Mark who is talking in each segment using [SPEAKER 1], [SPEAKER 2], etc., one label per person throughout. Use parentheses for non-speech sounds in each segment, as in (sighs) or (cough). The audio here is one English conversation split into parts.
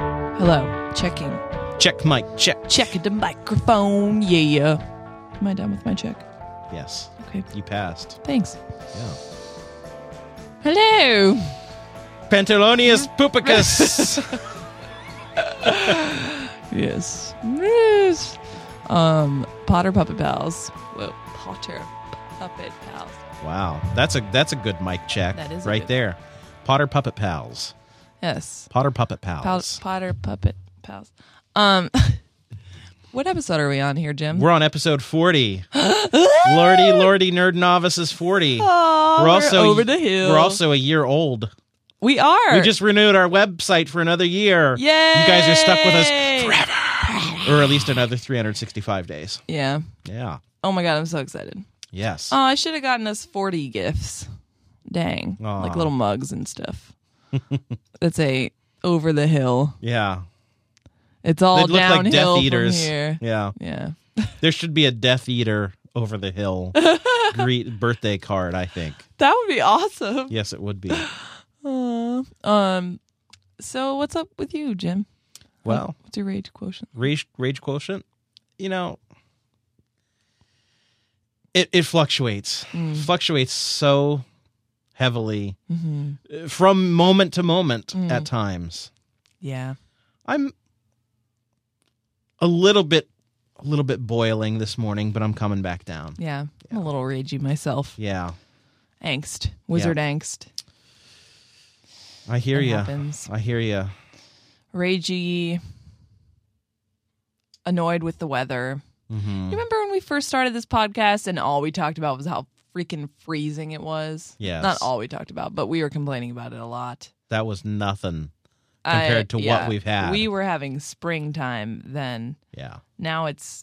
[SPEAKER 1] Hello. Checking.
[SPEAKER 2] Check mic. Check.
[SPEAKER 1] Check the microphone. Yeah. Am I done with my check?
[SPEAKER 2] Yes.
[SPEAKER 1] Okay.
[SPEAKER 2] You passed.
[SPEAKER 1] Thanks.
[SPEAKER 2] Yeah.
[SPEAKER 1] Hello.
[SPEAKER 2] Pantalonius (laughs) pupicus.
[SPEAKER 1] (laughs) Yes. Yes. Um, Potter Puppet Pals. Whoa. Potter Puppet Pals.
[SPEAKER 2] wow. That's a that's a good mic check.
[SPEAKER 1] That is a
[SPEAKER 2] right
[SPEAKER 1] good-
[SPEAKER 2] there. Potter puppet pals.
[SPEAKER 1] Yes.
[SPEAKER 2] Potter puppet
[SPEAKER 1] Pal-
[SPEAKER 2] pals.
[SPEAKER 1] Potter Puppet Pals. Um, (laughs) what episode are we on here, Jim?
[SPEAKER 2] We're on
[SPEAKER 1] (gasps)
[SPEAKER 2] episode 40. Lordy, lordy, nerd novices 40.
[SPEAKER 1] Aw,
[SPEAKER 2] we're also
[SPEAKER 1] over the hill.
[SPEAKER 2] We're also a year old.
[SPEAKER 1] we are.
[SPEAKER 2] We just renewed our website for another year.
[SPEAKER 1] Yay!
[SPEAKER 2] You guys are stuck with us forever. or at least another 365 days.
[SPEAKER 1] Yeah.
[SPEAKER 2] Yeah.
[SPEAKER 1] Oh my god, I'm so excited.
[SPEAKER 2] Yes.
[SPEAKER 1] Oh, I should have gotten us 40 gifts. Dang.
[SPEAKER 2] Aw.
[SPEAKER 1] Like little mugs and stuff. (laughs) That's a over the hill.
[SPEAKER 2] yeah.
[SPEAKER 1] It's all
[SPEAKER 2] They look like
[SPEAKER 1] downhill
[SPEAKER 2] Death
[SPEAKER 1] from
[SPEAKER 2] Eaters.
[SPEAKER 1] here.
[SPEAKER 2] Yeah.
[SPEAKER 1] Yeah.
[SPEAKER 2] There should be a Death Eater over the
[SPEAKER 1] (laughs)
[SPEAKER 2] hill greet birthday card, I think.
[SPEAKER 1] That would be awesome.
[SPEAKER 2] Yes, it would be.
[SPEAKER 1] Aw. um so what's up with you, Jim?
[SPEAKER 2] Well,
[SPEAKER 1] What's your rage quotient?
[SPEAKER 2] rage rage quotient, you know, it it fluctuates.
[SPEAKER 1] Hmm.
[SPEAKER 2] Fluctuates so heavily
[SPEAKER 1] Mm-hmm.
[SPEAKER 2] uh, from moment to moment
[SPEAKER 1] Mm.
[SPEAKER 2] at times.
[SPEAKER 1] Yeah.
[SPEAKER 2] I'm a little bit a little bit boiling this morning, but I'm coming back down.
[SPEAKER 1] Yeah. I'm a little ragey myself.
[SPEAKER 2] Yeah.
[SPEAKER 1] Angst. Wizard angst.
[SPEAKER 2] I hear
[SPEAKER 1] It
[SPEAKER 2] you.
[SPEAKER 1] happens.
[SPEAKER 2] I hear you.
[SPEAKER 1] Ragey. Annoyed with the weather.
[SPEAKER 2] hmm
[SPEAKER 1] You remember when we first started this podcast and all we talked about was how freaking freezing it was?
[SPEAKER 2] Yes.
[SPEAKER 1] Not all we talked about, but we were complaining about it a lot.
[SPEAKER 2] That was nothing. Compared to what we've had.
[SPEAKER 1] We were having springtime then.
[SPEAKER 2] Yeah.
[SPEAKER 1] Now it's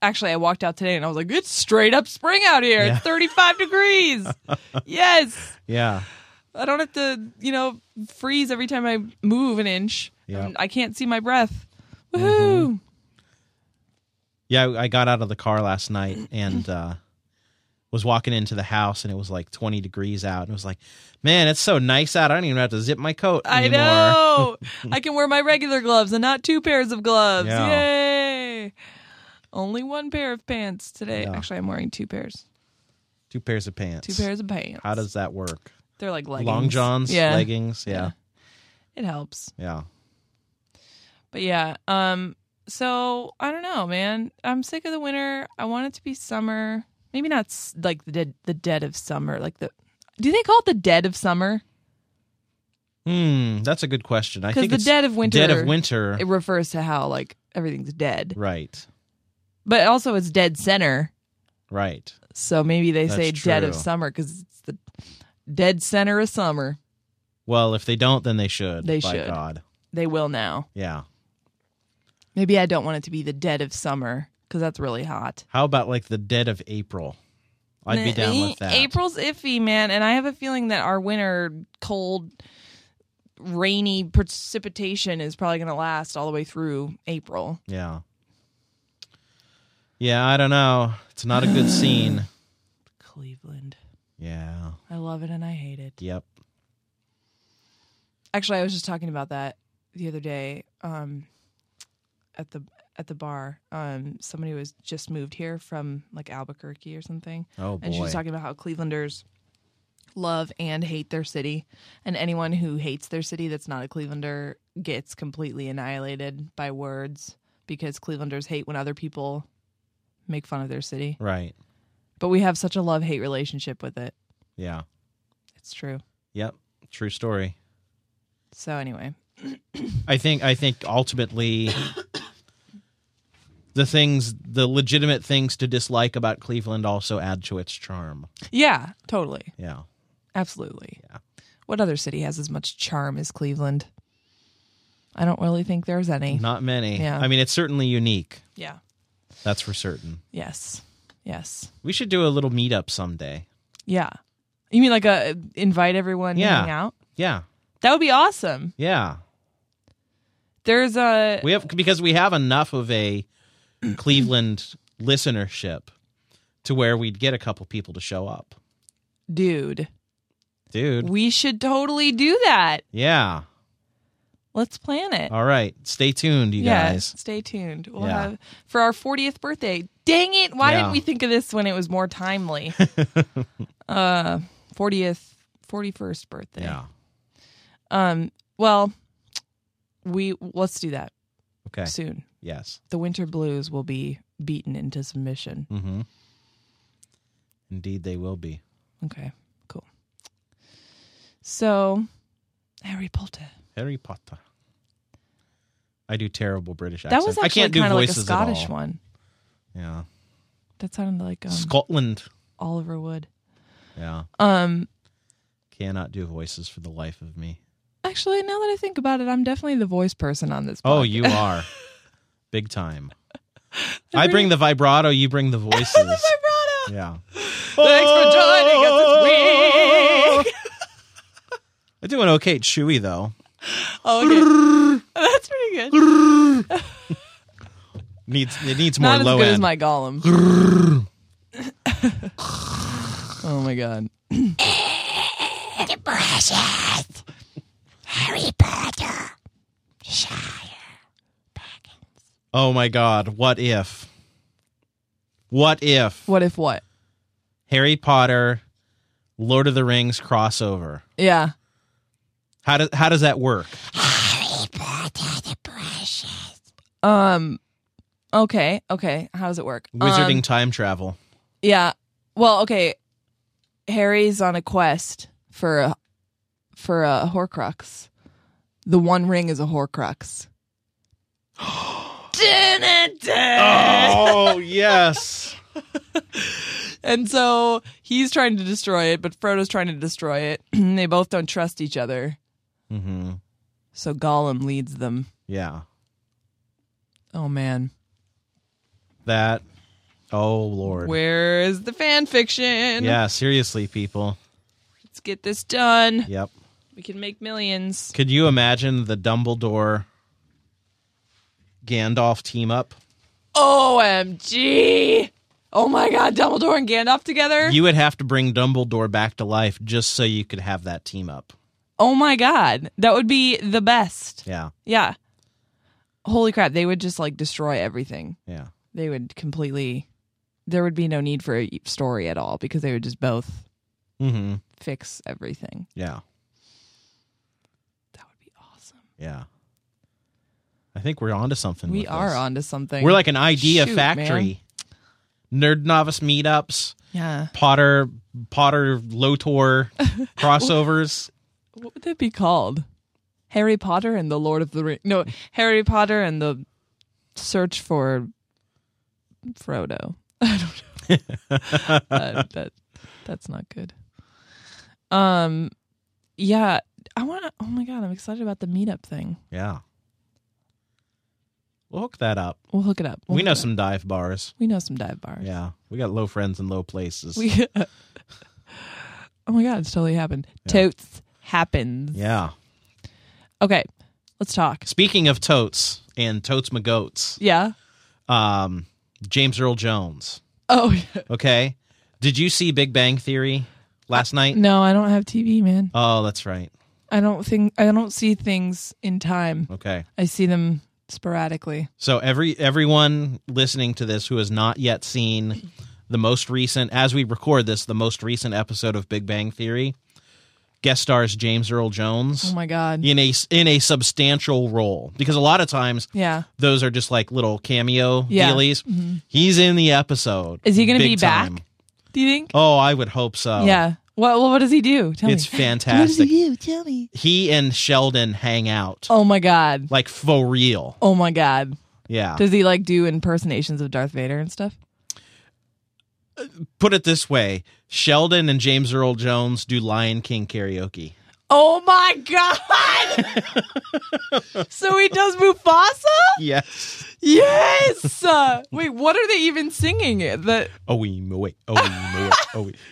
[SPEAKER 1] actually I walked out today and I was like, it's straight up spring out here.
[SPEAKER 2] Yeah.
[SPEAKER 1] It's
[SPEAKER 2] (laughs)
[SPEAKER 1] 35 degrees. Yes.
[SPEAKER 2] Yeah.
[SPEAKER 1] I don't have to, you know, freeze every time I move an inch.
[SPEAKER 2] Yeah. Mm-hmm.
[SPEAKER 1] And I can't see my breath. Woohoo.
[SPEAKER 2] Yeah, I I got out of the car last night and uh, was walking into the house, and it was like 20 degrees out, and it was like, man, it's so nice out. I don't even have to zip my coat
[SPEAKER 1] I
[SPEAKER 2] anymore. (laughs)
[SPEAKER 1] know. I can wear my regular gloves and not two pairs of gloves. Yay. Only one pair of pants today.
[SPEAKER 2] Yeah.
[SPEAKER 1] Actually, I'm wearing two pairs.
[SPEAKER 2] Two pairs of pants.
[SPEAKER 1] Two pairs of pants.
[SPEAKER 2] How does that work?
[SPEAKER 1] They're like leggings.
[SPEAKER 2] Long johns,
[SPEAKER 1] Yeah.
[SPEAKER 2] leggings. Yeah,
[SPEAKER 1] It helps.
[SPEAKER 2] yeah.
[SPEAKER 1] But yeah, um so I don't know, man. I'm sick of the winter. I want it to be summer. Maybe not s- like the dead, the dead of summer, like the Do they call it the dead of summer?
[SPEAKER 2] Hmm, that's a good question. I
[SPEAKER 1] Cuz
[SPEAKER 2] think
[SPEAKER 1] the
[SPEAKER 2] it's
[SPEAKER 1] dead of winter
[SPEAKER 2] dead of winter.
[SPEAKER 1] it refers to how like everything's dead.
[SPEAKER 2] right,
[SPEAKER 1] But also it's dead center.
[SPEAKER 2] right.
[SPEAKER 1] So maybe they
[SPEAKER 2] That's
[SPEAKER 1] say dead of
[SPEAKER 2] true.
[SPEAKER 1] summer because it's the dead center of summer.
[SPEAKER 2] Well, if they don't, then they should.
[SPEAKER 1] They
[SPEAKER 2] by
[SPEAKER 1] should.
[SPEAKER 2] God.
[SPEAKER 1] They will now.
[SPEAKER 2] Yeah.
[SPEAKER 1] Maybe I don't want it to be the dead of summer because that's really hot.
[SPEAKER 2] How about like the dead of April? I'd be down
[SPEAKER 1] e,
[SPEAKER 2] with that.
[SPEAKER 1] April's iffy, man, and I have a feeling that our winter cold, rainy precipitation is probably going to last all the way through April.
[SPEAKER 2] Yeah. Yeah, I don't know. It's not a
[SPEAKER 1] (laughs)
[SPEAKER 2] good scene.
[SPEAKER 1] Cleveland,
[SPEAKER 2] Yeah.
[SPEAKER 1] I love it and I hate it.
[SPEAKER 2] Yep.
[SPEAKER 1] Actually, I was just talking about that the other day um, at the at the bar. Um, somebody was just moved here from like Albuquerque or something,
[SPEAKER 2] Oh boy.
[SPEAKER 1] and she was talking about how Clevelanders love and hate their city, and anyone who hates their city that's not a Clevelander gets completely annihilated by words because Clevelanders hate when other people make fun of their city.
[SPEAKER 2] right.
[SPEAKER 1] But we have such a love hate relationship with it.
[SPEAKER 2] Yeah.
[SPEAKER 1] It's true.
[SPEAKER 2] Yep. True story.
[SPEAKER 1] So anyway,
[SPEAKER 2] I think I think ultimately (coughs) the things the legitimate things to dislike about Cleveland also add to its charm.
[SPEAKER 1] yeah, totally.
[SPEAKER 2] Yeah.
[SPEAKER 1] Absolutely.
[SPEAKER 2] Yeah.
[SPEAKER 1] What other city has as much charm as Cleveland? I don't really think there's any.
[SPEAKER 2] Not many.
[SPEAKER 1] Yeah.
[SPEAKER 2] I mean it's certainly unique.
[SPEAKER 1] Yeah.
[SPEAKER 2] That's for certain.
[SPEAKER 1] Yes. Yes.
[SPEAKER 2] We should do a little meetup someday.
[SPEAKER 1] Yeah. You mean like a invite everyone to
[SPEAKER 2] Yeah.
[SPEAKER 1] hang out?
[SPEAKER 2] Yeah.
[SPEAKER 1] That would be awesome.
[SPEAKER 2] Yeah.
[SPEAKER 1] There's a
[SPEAKER 2] We have because we have enough of a Cleveland listenership to where we'd get a couple people to show up.
[SPEAKER 1] dude.
[SPEAKER 2] Dude.
[SPEAKER 1] We should totally do that.
[SPEAKER 2] Yeah.
[SPEAKER 1] Let's plan it.
[SPEAKER 2] All right. Stay tuned, you
[SPEAKER 1] yeah,
[SPEAKER 2] guys.
[SPEAKER 1] stay tuned. We'll
[SPEAKER 2] Yeah.
[SPEAKER 1] have for our 40th birthday. Dang it! Why
[SPEAKER 2] Yeah.
[SPEAKER 1] didn't we think of this when it was more timely?
[SPEAKER 2] (laughs)
[SPEAKER 1] uh, 40th, 41st birthday.
[SPEAKER 2] Yeah.
[SPEAKER 1] Um. Well, we let's do that
[SPEAKER 2] Okay.
[SPEAKER 1] soon.
[SPEAKER 2] Yes.
[SPEAKER 1] The winter blues will be beaten into submission.
[SPEAKER 2] Mm-hmm. Indeed, they will be.
[SPEAKER 1] Okay. Cool. So, Harry Potter.
[SPEAKER 2] Harry Potter. I do terrible British
[SPEAKER 1] That
[SPEAKER 2] accents.
[SPEAKER 1] was
[SPEAKER 2] I
[SPEAKER 1] actually
[SPEAKER 2] can't do
[SPEAKER 1] kind of like a
[SPEAKER 2] voices
[SPEAKER 1] Scottish
[SPEAKER 2] at all.
[SPEAKER 1] one.
[SPEAKER 2] Yeah.
[SPEAKER 1] That sounded like um,
[SPEAKER 2] Scotland.
[SPEAKER 1] Oliver Wood.
[SPEAKER 2] Yeah.
[SPEAKER 1] Um,
[SPEAKER 2] Cannot do voices for the life of me.
[SPEAKER 1] actually, now that I think about it, I'm definitely the voice person on this.
[SPEAKER 2] Oh,
[SPEAKER 1] podcast.
[SPEAKER 2] you are.
[SPEAKER 1] (laughs)
[SPEAKER 2] Big time. I bring the vibrato, you bring the voices.
[SPEAKER 1] Vibrato.
[SPEAKER 2] yeah. Oh!
[SPEAKER 1] Thanks for joining us this week. (laughs)
[SPEAKER 2] I do an okay chewy though.
[SPEAKER 1] Oh, okay.
[SPEAKER 2] (laughs)
[SPEAKER 1] (laughs) That's pretty good.
[SPEAKER 2] Needs it needs more
[SPEAKER 1] Not as
[SPEAKER 2] low
[SPEAKER 1] good
[SPEAKER 2] end.
[SPEAKER 1] as my golem. (laughs) oh my god. Precious Harry Potter.
[SPEAKER 2] oh my god, what if? What if
[SPEAKER 1] What if what?
[SPEAKER 2] Harry Potter Lord of the Rings crossover?
[SPEAKER 1] Yeah.
[SPEAKER 2] How does how does that work?
[SPEAKER 1] Um. Okay. Okay. How does it work?
[SPEAKER 2] Wizarding
[SPEAKER 1] Um, (laughs)
[SPEAKER 2] time travel.
[SPEAKER 1] yeah. Well. Okay. Harry's on a quest for a for a Horcrux. The One Ring is a Horcrux.
[SPEAKER 2] Oh yes.
[SPEAKER 1] And so he's trying to destroy it, but Frodo's trying to destroy it. (clears throat) they both don't trust each other.
[SPEAKER 2] Mm-hmm.
[SPEAKER 1] So Gollum leads them.
[SPEAKER 2] Yeah.
[SPEAKER 1] Oh man.
[SPEAKER 2] That. Oh lord.
[SPEAKER 1] Where is the fan fiction?
[SPEAKER 2] yeah. Seriously, people.
[SPEAKER 1] Let's get this done.
[SPEAKER 2] Yep.
[SPEAKER 1] We can make millions.
[SPEAKER 2] Could you imagine the Dumbledore Gandalf team up?
[SPEAKER 1] OMG. Oh my god, Dumbledore and Gandalf together?
[SPEAKER 2] You would have to bring Dumbledore back to life just so you could have that team up.
[SPEAKER 1] oh my god. That would be the best.
[SPEAKER 2] Yeah.
[SPEAKER 1] Yeah. Holy crap, they would just like destroy everything.
[SPEAKER 2] Yeah.
[SPEAKER 1] They would completely there would be no need for a story at all because they would just both
[SPEAKER 2] Mm-hmm.
[SPEAKER 1] fix everything.
[SPEAKER 2] Yeah.
[SPEAKER 1] That would be awesome.
[SPEAKER 2] Yeah. I think we're onto something.
[SPEAKER 1] we
[SPEAKER 2] with
[SPEAKER 1] are
[SPEAKER 2] this.
[SPEAKER 1] onto something.
[SPEAKER 2] We're like an idea
[SPEAKER 1] Shoot,
[SPEAKER 2] factory. Nerd novice meetups,
[SPEAKER 1] Yeah.
[SPEAKER 2] Potter Potter Lotor
[SPEAKER 1] (laughs)
[SPEAKER 2] crossovers.
[SPEAKER 1] What would that be called? Harry Potter and the Lord of the Ring. No, Harry Potter and the Search for Frodo. (laughs) I don't
[SPEAKER 2] (laughs)
[SPEAKER 1] know. Uh, that that's not good. Um, yeah, I want. to Oh my god, I'm excited about the meetup thing.
[SPEAKER 2] yeah. We'll hook that up.
[SPEAKER 1] We'll hook it up. We'll
[SPEAKER 2] we
[SPEAKER 1] hook
[SPEAKER 2] know
[SPEAKER 1] it up.
[SPEAKER 2] some dive bars.
[SPEAKER 1] We know some dive bars.
[SPEAKER 2] Yeah, we got low friends and low places.
[SPEAKER 1] We. (laughs) oh my god, it's totally happened. Totes happens.
[SPEAKER 2] yeah.
[SPEAKER 1] Okay, let's talk.
[SPEAKER 2] Speaking of totes and totes magoats,
[SPEAKER 1] Yeah.
[SPEAKER 2] um, James Earl Jones.
[SPEAKER 1] Oh (laughs) yeah.
[SPEAKER 2] Okay, did you see Big Bang Theory last night?
[SPEAKER 1] No, I don't have TV, man.
[SPEAKER 2] Oh, that's right.
[SPEAKER 1] I don't think I don't see things in time.
[SPEAKER 2] Okay,
[SPEAKER 1] I see them sporadically.
[SPEAKER 2] so every everyone listening to this who has not yet seen the most recent, as we record this, the most recent episode of Big Bang Theory, guest stars James Earl Jones
[SPEAKER 1] Oh my god.
[SPEAKER 2] in a in a substantial role because a lot of times
[SPEAKER 1] Yeah.
[SPEAKER 2] those are just like little cameo
[SPEAKER 1] Yeah. Mm-hmm.
[SPEAKER 2] dealies. He's in the episode.
[SPEAKER 1] Is he gonna
[SPEAKER 2] Big
[SPEAKER 1] be back?
[SPEAKER 2] time.
[SPEAKER 1] Do you think?
[SPEAKER 2] Oh, I would hope so.
[SPEAKER 1] yeah. Well, well, (laughs) what does he do? Tell
[SPEAKER 2] It's
[SPEAKER 1] me.
[SPEAKER 2] fantastic.
[SPEAKER 1] What does he do? Tell me.
[SPEAKER 2] He and Sheldon hang out
[SPEAKER 1] Oh my god.
[SPEAKER 2] like for real.
[SPEAKER 1] Oh my god.
[SPEAKER 2] Yeah.
[SPEAKER 1] Does he like do impersonations of Darth Vader and stuff?
[SPEAKER 2] Put it this way Sheldon and James Earl Jones do Lion King karaoke.
[SPEAKER 1] (laughs) Oh my god.
[SPEAKER 2] (laughs)
[SPEAKER 1] so he does Mufasa?
[SPEAKER 2] Yes.
[SPEAKER 1] Yes. Uh, wait, what are they even singing? The
[SPEAKER 2] Oh, we wait. Oh, we wait. Oh, we. (laughs)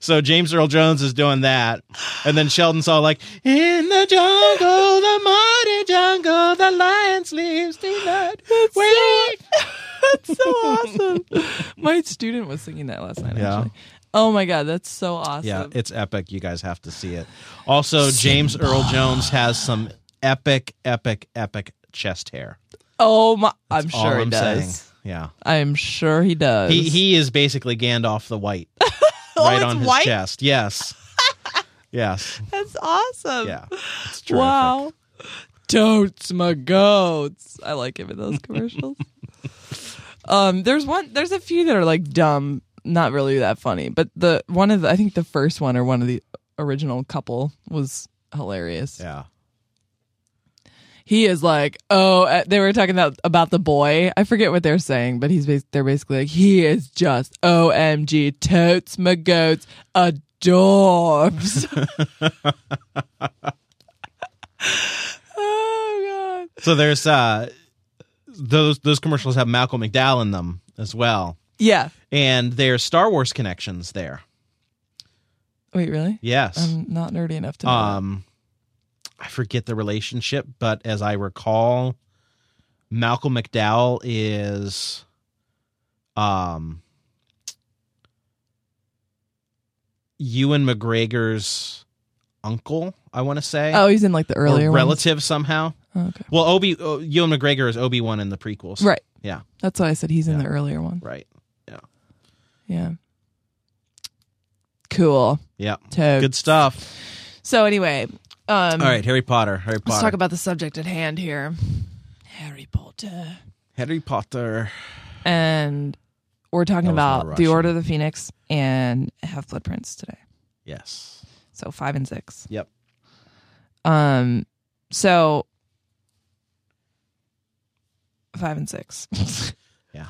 [SPEAKER 2] So James Earl Jones is doing that, and then Sheldon's all like, "In the jungle, the mighty jungle, the lion sleeps tonight. Wait,
[SPEAKER 1] That's so
[SPEAKER 2] (laughs)
[SPEAKER 1] awesome. My student was singing that last night,
[SPEAKER 2] Yeah.
[SPEAKER 1] actually. Oh my God, that's so awesome.
[SPEAKER 2] Yeah, it's epic. You guys have to see it. Also, James Earl Jones has some epic, epic, epic chest hair.
[SPEAKER 1] Oh my! I'm
[SPEAKER 2] All
[SPEAKER 1] sure he
[SPEAKER 2] I'm
[SPEAKER 1] does.
[SPEAKER 2] saying. Yeah.
[SPEAKER 1] I'm sure he does.
[SPEAKER 2] He he is basically Gandalf the White.
[SPEAKER 1] (laughs) Oh,
[SPEAKER 2] right
[SPEAKER 1] it's
[SPEAKER 2] on his
[SPEAKER 1] white? (laughs)
[SPEAKER 2] chest. Yes. yes.
[SPEAKER 1] That's awesome.
[SPEAKER 2] Yeah. It's terrific.
[SPEAKER 1] Wow. Totes my goats. I like him in (laughs) those commercials. um, there's one. There's a few that are like dumb, not really that funny. But the one of the, I think the first one or one of the original couple was hilarious.
[SPEAKER 2] Yeah.
[SPEAKER 1] He is like, oh, uh, they were talking about about the boy. I forget what they're saying, but he's bas- they're basically like, he is just OMG, totes my goats, adorbs. (laughs) oh god.
[SPEAKER 2] So there's uh those those commercials have Malcolm McDowell in them as well.
[SPEAKER 1] Yeah.
[SPEAKER 2] And there's Star Wars connections there.
[SPEAKER 1] Wait, really?
[SPEAKER 2] Yes.
[SPEAKER 1] I'm not nerdy enough to know.
[SPEAKER 2] Um I forget the relationship, but as I recall, Malcolm McDowell is um Ewan McGregor's uncle, I want to say.
[SPEAKER 1] that. oh, he's in like the
[SPEAKER 2] or
[SPEAKER 1] earlier ones.
[SPEAKER 2] relative somehow.
[SPEAKER 1] Oh, okay.
[SPEAKER 2] Well, Obi uh, Ewan McGregor is Obi Wan in the prequels.
[SPEAKER 1] Right.
[SPEAKER 2] Yeah.
[SPEAKER 1] That's why I said he's in
[SPEAKER 2] Yeah.
[SPEAKER 1] the earlier one.
[SPEAKER 2] Right.
[SPEAKER 1] Yeah. Cool.
[SPEAKER 2] Yeah.
[SPEAKER 1] Totes.
[SPEAKER 2] Good stuff.
[SPEAKER 1] So anyway, um
[SPEAKER 2] All right, Harry Potter. Harry Potter.
[SPEAKER 1] Let's talk about the subject at hand here. Harry Potter.
[SPEAKER 2] Harry Potter.
[SPEAKER 1] And we're talking
[SPEAKER 2] That was my
[SPEAKER 1] about The
[SPEAKER 2] Russian.
[SPEAKER 1] Order of the Phoenix and Half Blood Prince today.
[SPEAKER 2] Yes.
[SPEAKER 1] So five and six.
[SPEAKER 2] Yep.
[SPEAKER 1] Um so five and six. (laughs)
[SPEAKER 2] Yeah.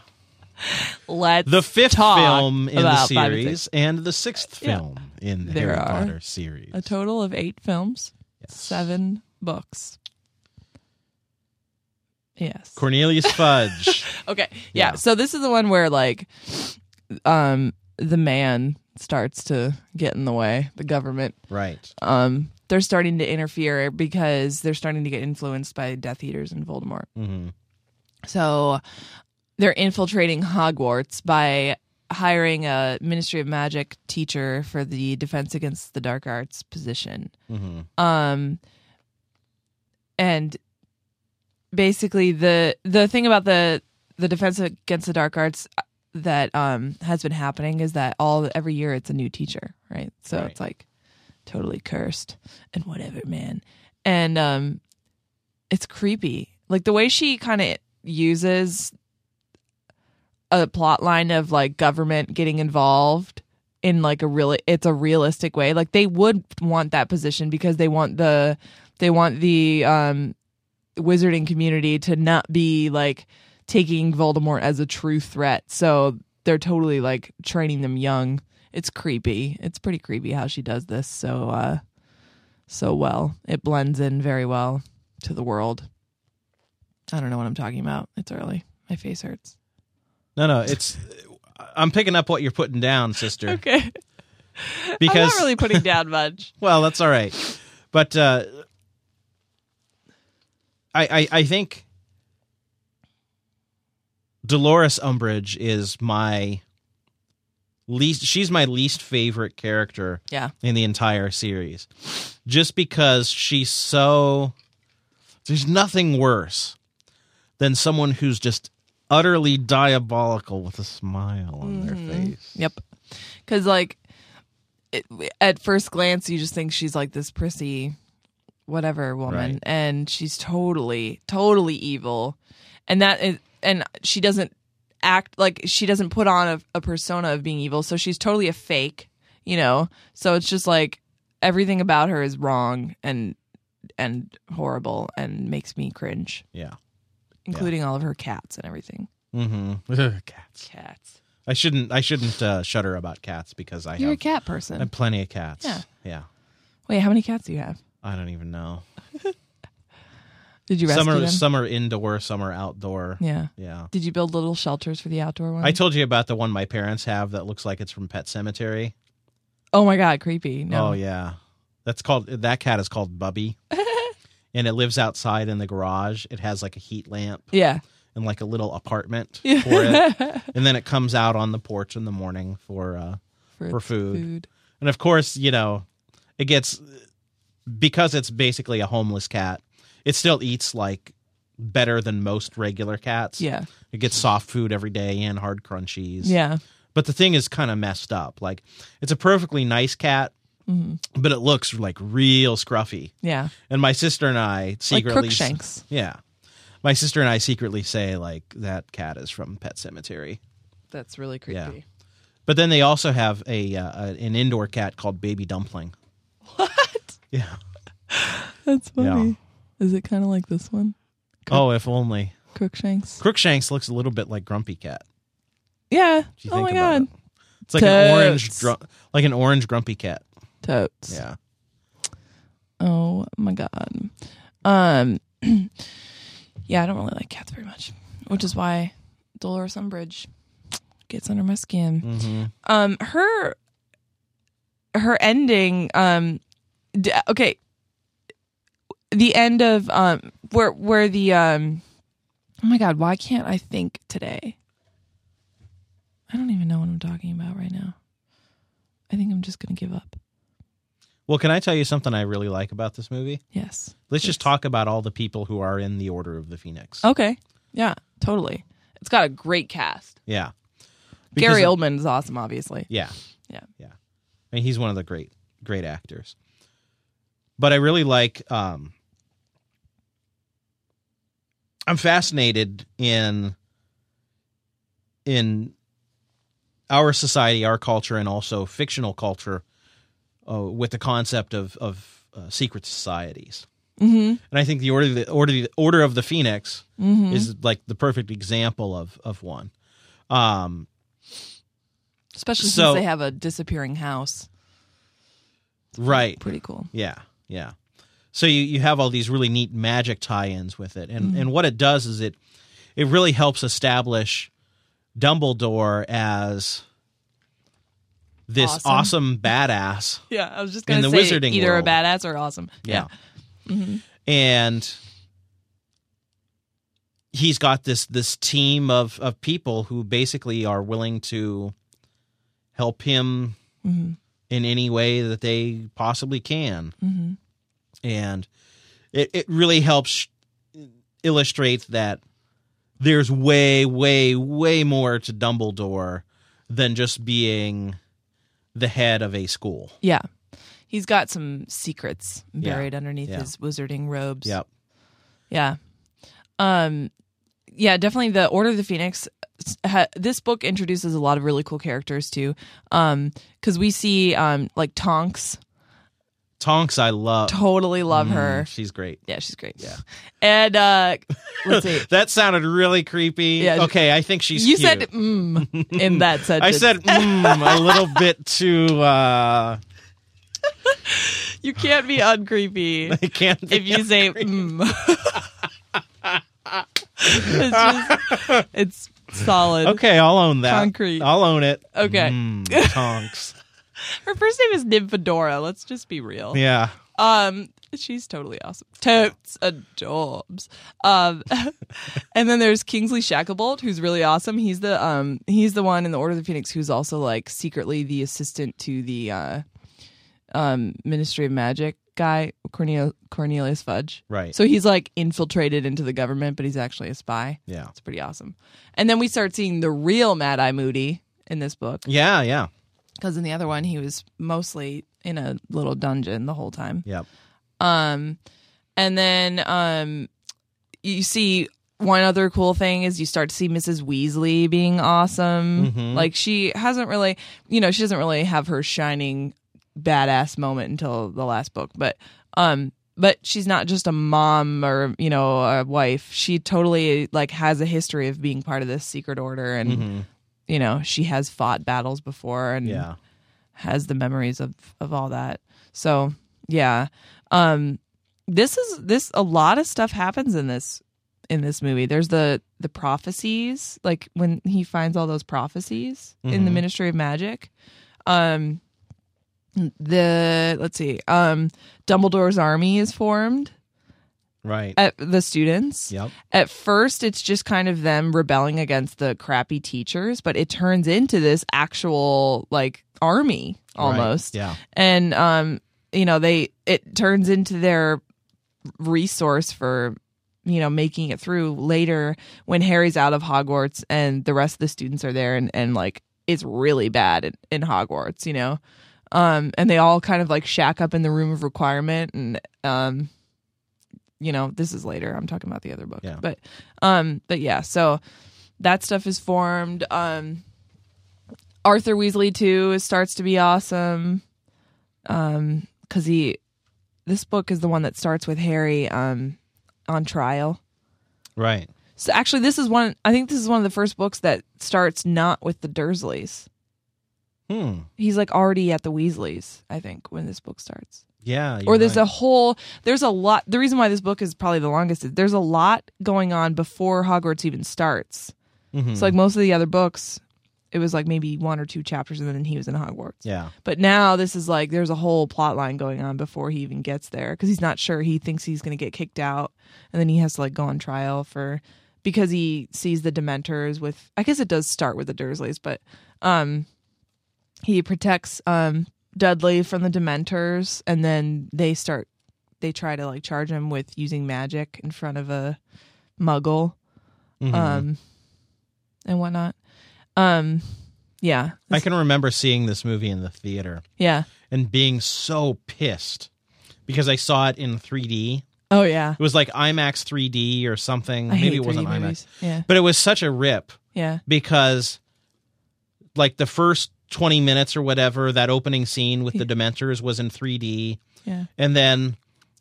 [SPEAKER 1] Let's
[SPEAKER 2] The fifth
[SPEAKER 1] talk
[SPEAKER 2] film in the
[SPEAKER 1] about five and
[SPEAKER 2] series and, the sixth
[SPEAKER 1] Yeah.
[SPEAKER 2] film in the
[SPEAKER 1] There
[SPEAKER 2] Harry
[SPEAKER 1] are
[SPEAKER 2] Potter series.
[SPEAKER 1] a total of eight films,
[SPEAKER 2] Yes.
[SPEAKER 1] seven books. Yes. (laughs)
[SPEAKER 2] Cornelius Fudge.
[SPEAKER 1] Okay. Yeah.
[SPEAKER 2] Yeah.
[SPEAKER 1] So this is the one where like um the man starts to get in the way, the government.
[SPEAKER 2] right.
[SPEAKER 1] Um they're starting to interfere because they're starting to get influenced by Death Eaters and Voldemort.
[SPEAKER 2] hmm
[SPEAKER 1] So they're infiltrating Hogwarts by hiring a Ministry of Magic teacher for the Defense Against the Dark Arts position
[SPEAKER 2] hmm
[SPEAKER 1] um and basically the the thing about the the defense against the dark arts that um has been happening is that all every year it's a new teacher right so
[SPEAKER 2] Right.
[SPEAKER 1] it's like totally cursed and whatever man and um it's creepy like the way she kind of uses a plot line of like government getting involved in like a really it's a realistic way like they would want that position because they want the they want the um wizarding community to not be like taking Voldemort as a true threat so they're totally like training them young it's creepy it's pretty creepy how she does this so uh so well it blends in very well to the world i don't know what i'm talking about it's early my face hurts
[SPEAKER 2] No, no. It's. I'm picking up what you're putting down, sister.
[SPEAKER 1] okay (laughs) i'm
[SPEAKER 2] Because
[SPEAKER 1] not really putting down much
[SPEAKER 2] Well, that's all right. But uh, I, I I think Dolores Umbridge is my least. She's my least favorite character
[SPEAKER 1] yeah
[SPEAKER 2] in the entire series, just because she's so. There's nothing worse than someone who's just utterly diabolical with a smile on their face.
[SPEAKER 1] Yep. Because, like, it, at first glance, you just think she's like this prissy, whatever woman,
[SPEAKER 2] Right.
[SPEAKER 1] and she's totally, totally evil. And that is, and she doesn't act like she doesn't put on a, a persona of being evil. So she's totally a fake, you know? So it's just like everything about her is wrong and, and horrible and makes me cringe,
[SPEAKER 2] Yeah.
[SPEAKER 1] including all of her cats and everything.
[SPEAKER 2] Mm-hmm. Cats.
[SPEAKER 1] Cats.
[SPEAKER 2] I shouldn't. I shouldn't uh, shudder about cats because I
[SPEAKER 1] You're a
[SPEAKER 2] have,
[SPEAKER 1] cat
[SPEAKER 2] I
[SPEAKER 1] person.
[SPEAKER 2] have plenty of cats.
[SPEAKER 1] Yeah.
[SPEAKER 2] yeah.
[SPEAKER 1] Wait, how many cats do you have?
[SPEAKER 2] I don't even know.
[SPEAKER 1] Did you rescue
[SPEAKER 2] some are
[SPEAKER 1] them?
[SPEAKER 2] some are indoor, some are outdoor. Yeah.
[SPEAKER 1] Yeah. Mm-hmm. Did you build little shelters for the outdoor ones?
[SPEAKER 2] I told you about the one my parents have that looks like it's from Pet Cemetery.
[SPEAKER 1] oh my god, creepy. No.
[SPEAKER 2] Oh yeah, that's called that cat is
[SPEAKER 1] (laughs)
[SPEAKER 2] called Bubby, and it lives outside in the garage. It has like a heat lamp
[SPEAKER 1] yeah.
[SPEAKER 2] and like a little
[SPEAKER 1] (laughs)
[SPEAKER 2] apartment
[SPEAKER 1] Yeah.
[SPEAKER 2] for it, and then it comes out on the porch in the morning for uh,
[SPEAKER 1] For,
[SPEAKER 2] for
[SPEAKER 1] its
[SPEAKER 2] food. And of course, you know, it gets because it's basically a homeless cat. It still eats like better than most regular cats.
[SPEAKER 1] Yeah.
[SPEAKER 2] It gets soft food every day and hard crunchies.
[SPEAKER 1] Yeah.
[SPEAKER 2] But the thing is kind of messed up. Like it's a perfectly nice cat,
[SPEAKER 1] hmm
[SPEAKER 2] but it looks like real scruffy.
[SPEAKER 1] Yeah.
[SPEAKER 2] And my sister and I
[SPEAKER 1] like
[SPEAKER 2] secretly
[SPEAKER 1] Crookshanks.
[SPEAKER 2] Yeah. My sister and I secretly say like that cat is from Pet Cemetery.
[SPEAKER 1] That's really creepy.
[SPEAKER 2] Yeah. But then they also have a uh, a- an indoor cat called Baby Dumpling.
[SPEAKER 1] What?
[SPEAKER 2] Yeah.
[SPEAKER 1] That's
[SPEAKER 2] funny.
[SPEAKER 1] funny. Is it kind of like this one,
[SPEAKER 2] Oh, if only.
[SPEAKER 1] Crookshanks?
[SPEAKER 2] Crookshanks looks a little bit like Grumpy Cat.
[SPEAKER 1] Yeah.
[SPEAKER 2] If you
[SPEAKER 1] Oh my
[SPEAKER 2] think about
[SPEAKER 1] god.
[SPEAKER 2] it. It's like an orange
[SPEAKER 1] Totes.
[SPEAKER 2] dru- like an orange Grumpy Cat.
[SPEAKER 1] Totes.
[SPEAKER 2] Yeah.
[SPEAKER 1] Oh my god. Um. (clears throat) yeah, I don't really like cats very much, which is why Dolores Umbridge gets under my skin.
[SPEAKER 2] Mm-hmm.
[SPEAKER 1] um her her ending um d- okay the end of um where where the um oh my god why can't i think today i don't even know what i'm talking about right now i think i'm just gonna give up
[SPEAKER 2] Well, can I tell you something I really like about this movie?
[SPEAKER 1] yes
[SPEAKER 2] Let's just
[SPEAKER 1] Yes. Oh.
[SPEAKER 2] talk about all the people who are in the Order of the Phoenix.
[SPEAKER 1] okay yeah totally it's got a great cast
[SPEAKER 2] Yeah.
[SPEAKER 1] gary
[SPEAKER 2] Because-
[SPEAKER 1] oldman is awesome obviously
[SPEAKER 2] Yeah.
[SPEAKER 1] Yeah.
[SPEAKER 2] Yeah. I mean, he's one of the great, great actors. But I really like, um, I'm fascinated in, in our society, our culture, and also fictional culture uh, with the concept of, of uh, secret societies.
[SPEAKER 1] mm-hmm
[SPEAKER 2] And I think the order, the order, the order of the Phoenix
[SPEAKER 1] mm-hmm
[SPEAKER 2] is like the perfect example of, of one. Um,
[SPEAKER 1] especially
[SPEAKER 2] so-
[SPEAKER 1] since they have a disappearing house
[SPEAKER 2] right.
[SPEAKER 1] pretty cool
[SPEAKER 2] Yeah, yeah. So you, you have all these really neat magic tie-ins with it, and and what it does is it it really helps establish Dumbledore as this
[SPEAKER 1] Awesome.
[SPEAKER 2] awesome, badass.
[SPEAKER 1] Yeah, I was just
[SPEAKER 2] In
[SPEAKER 1] gonna
[SPEAKER 2] the
[SPEAKER 1] say
[SPEAKER 2] wizarding
[SPEAKER 1] either
[SPEAKER 2] world.
[SPEAKER 1] a badass or awesome.
[SPEAKER 2] Yeah,
[SPEAKER 1] Mhm.
[SPEAKER 2] and he's got this this team of of people who basically are willing to help him
[SPEAKER 1] Mhm.
[SPEAKER 2] in any way that they possibly can.
[SPEAKER 1] Mhm.
[SPEAKER 2] and it, it really helps illustrate that there's way way way more to dumbledore than just being the head of a school
[SPEAKER 1] Yeah, he's got some secrets buried underneath
[SPEAKER 2] yeah.
[SPEAKER 1] his wizarding robes.
[SPEAKER 2] yep
[SPEAKER 1] Yeah. Um. Yeah, definitely. The Order of the Phoenix. Ha, this book introduces a lot of really cool characters too. Um, because we see um like Tonks.
[SPEAKER 2] tonks i love
[SPEAKER 1] Totally love
[SPEAKER 2] Mm,
[SPEAKER 1] her.
[SPEAKER 2] she's great
[SPEAKER 1] Yeah, she's great.
[SPEAKER 2] Yeah.
[SPEAKER 1] (laughs) And uh, let's see.
[SPEAKER 2] that sounded really creepy
[SPEAKER 1] Yeah.
[SPEAKER 2] okay i think (laughs) she's
[SPEAKER 1] you
[SPEAKER 2] cute.
[SPEAKER 1] said mm in that sentence.
[SPEAKER 2] (laughs) i
[SPEAKER 1] (laughs)
[SPEAKER 2] said mm, a little bit too uh (laughs)
[SPEAKER 1] you can't be
[SPEAKER 2] (laughs)
[SPEAKER 1] uncreepy.
[SPEAKER 2] it can't be
[SPEAKER 1] if you
[SPEAKER 2] (laughs)
[SPEAKER 1] say mm. (laughs) it's, just, it's solid.
[SPEAKER 2] okay i'll own that
[SPEAKER 1] Concrete.
[SPEAKER 2] i'll own it
[SPEAKER 1] (laughs) Okay.
[SPEAKER 2] Mm, tonks
[SPEAKER 1] Her first name is Nymphadora. Let's just be real.
[SPEAKER 2] yeah
[SPEAKER 1] Um, she's totally awesome. Totes adorbs. Um, (laughs) and then there's Kingsley Shacklebolt, who's really awesome. He's the um he's the one in the Order of the Phoenix who's also like secretly the assistant to the uh, um Ministry of Magic guy Cornel- Cornelius Fudge.
[SPEAKER 2] right
[SPEAKER 1] So he's like infiltrated into the government, but he's actually a spy.
[SPEAKER 2] yeah
[SPEAKER 1] It's pretty awesome. And then we start seeing the real Mad Eye Moody in this book
[SPEAKER 2] yeah yeah
[SPEAKER 1] because in the other one he was mostly in a little dungeon the whole time.
[SPEAKER 2] yep
[SPEAKER 1] Um, and then um, you see one other cool thing is you start to see Mrs. Weasley being awesome.
[SPEAKER 2] Mhm.
[SPEAKER 1] Like she hasn't really, you know, she doesn't really have her shining badass moment until the last book, but um but she's not just a mom or you know a wife. She totally like has a history of being part of this secret order and
[SPEAKER 2] hmm
[SPEAKER 1] you know, she has fought battles before and
[SPEAKER 2] yeah
[SPEAKER 1] has the memories of of all that. So yeah, um, this is this a lot of stuff happens in this in this movie. There's the the prophecies, like when he finds all those prophecies in the
[SPEAKER 2] Mhm.
[SPEAKER 1] Ministry of Magic. Um, the let's see, um, Dumbledore's army is formed
[SPEAKER 2] right
[SPEAKER 1] at the students.
[SPEAKER 2] Yep.
[SPEAKER 1] At first, it's just kind of them rebelling against the crappy teachers, but it turns into this actual like army almost
[SPEAKER 2] Yeah.
[SPEAKER 1] and um you know they it turns into their resource for you know making it through later when harry's out of hogwarts and the rest of the students are there and, and like it's really bad in, in hogwarts you know um and they all kind of like shack up in the room of requirement and um you know this is later i'm talking about the other book
[SPEAKER 2] Yeah.
[SPEAKER 1] but um but yeah so that stuff is formed um arthur weasley too starts to be awesome um because he this book is the one that starts with harry um on trial
[SPEAKER 2] Right.
[SPEAKER 1] so actually this is one i think this is one of the first books that starts not with the dursleys
[SPEAKER 2] Hmm.
[SPEAKER 1] he's like already at the weasleys i think when this book starts
[SPEAKER 2] Yeah.
[SPEAKER 1] or there's
[SPEAKER 2] right.
[SPEAKER 1] a whole there's a lot the reason why this book is probably the longest is there's a lot going on before hogwarts even starts
[SPEAKER 2] Mhm.
[SPEAKER 1] so like most of the other books it was like maybe one or two chapters and then he was in hogwarts
[SPEAKER 2] yeah.
[SPEAKER 1] but now this is like there's a whole plot line going on before he even gets there because he's not sure. He thinks he's going to get kicked out, and then he has to like go on trial for because he sees the Dementors with. I guess it does start with the Dursleys, but um, he protects um Dudley from the Dementors, and then they start they try to like charge him with using magic in front of a Muggle,
[SPEAKER 2] Mhm.
[SPEAKER 1] um, and whatnot. Um, yeah,
[SPEAKER 2] I can remember seeing this movie in the theater
[SPEAKER 1] yeah.
[SPEAKER 2] and being so pissed because I saw it in 3D. It
[SPEAKER 1] Oh yeah.
[SPEAKER 2] was like IMAX 3D or something.
[SPEAKER 1] I
[SPEAKER 2] Maybe
[SPEAKER 1] hate
[SPEAKER 2] it wasn't
[SPEAKER 1] 3D
[SPEAKER 2] IMAX,
[SPEAKER 1] movies. Yeah,
[SPEAKER 2] but it was such a rip
[SPEAKER 1] yeah,
[SPEAKER 2] because like the first 20 minutes or whatever that opening
[SPEAKER 1] (laughs)
[SPEAKER 2] scene with the dementors was in 3D
[SPEAKER 1] yeah.
[SPEAKER 2] and then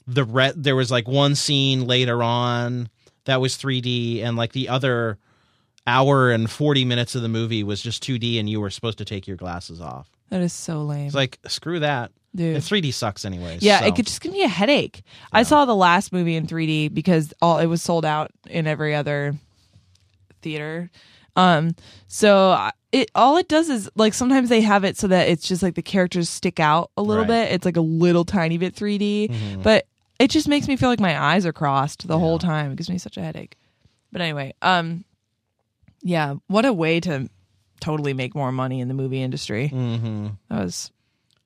[SPEAKER 2] the re- there was like one scene later on that was 3D and like the other hour and 40 minutes of the movie was just 2D and you were supposed to take your glasses off.
[SPEAKER 1] That is so lame,
[SPEAKER 2] It's like screw that.
[SPEAKER 1] dude.
[SPEAKER 2] And 3D sucks anyways.
[SPEAKER 1] yeah,
[SPEAKER 2] so.
[SPEAKER 1] it could just give me a headache. I saw the last movie in 3D because all it was sold out in every other theater. Um, so I- it all it does is like sometimes they have it so that it's just like the characters stick out a little
[SPEAKER 2] Right.
[SPEAKER 1] bit. It's like a little tiny bit 3D,
[SPEAKER 2] Mhm.
[SPEAKER 1] but it just makes me feel like my eyes are crossed the whole
[SPEAKER 2] Yeah.
[SPEAKER 1] time. It gives me such a headache. But anyway, um, yeah, what a way to totally make more money in the movie industry.
[SPEAKER 2] Mhm.
[SPEAKER 1] That was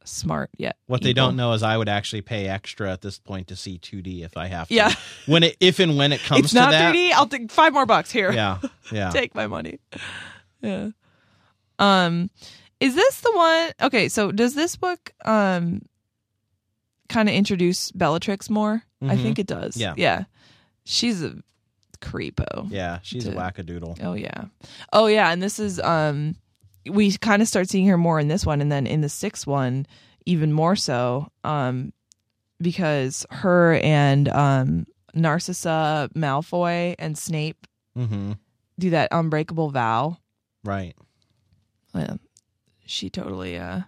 [SPEAKER 1] smart yet.
[SPEAKER 2] What they
[SPEAKER 1] evil.
[SPEAKER 2] don't know is I would actually pay extra at this point to see 2D if I have to.
[SPEAKER 1] Yeah.
[SPEAKER 2] When it if and when it comes
[SPEAKER 1] It's
[SPEAKER 2] to
[SPEAKER 1] not
[SPEAKER 2] that.
[SPEAKER 1] 3D. I'll take five more bucks here.
[SPEAKER 2] Yeah. Yeah.
[SPEAKER 1] (laughs) Take my money. Yeah. Um, is this the one? Okay, so does this book um kind of introduce Bellatrix more? I
[SPEAKER 2] Mhm.
[SPEAKER 1] think it does.
[SPEAKER 2] Yeah.
[SPEAKER 1] Yeah. She's a creepo.
[SPEAKER 2] yeah, she's a
[SPEAKER 1] To-
[SPEAKER 2] wackadoodle.
[SPEAKER 1] Oh yeah. Oh yeah, and this is um we kind of start seeing her more in this one and then in the sixth one even more so um because her and um Narcissa, Malfoy and Snape
[SPEAKER 2] Mhm.
[SPEAKER 1] do that unbreakable vow.
[SPEAKER 2] Right.
[SPEAKER 1] Yeah. She totally uh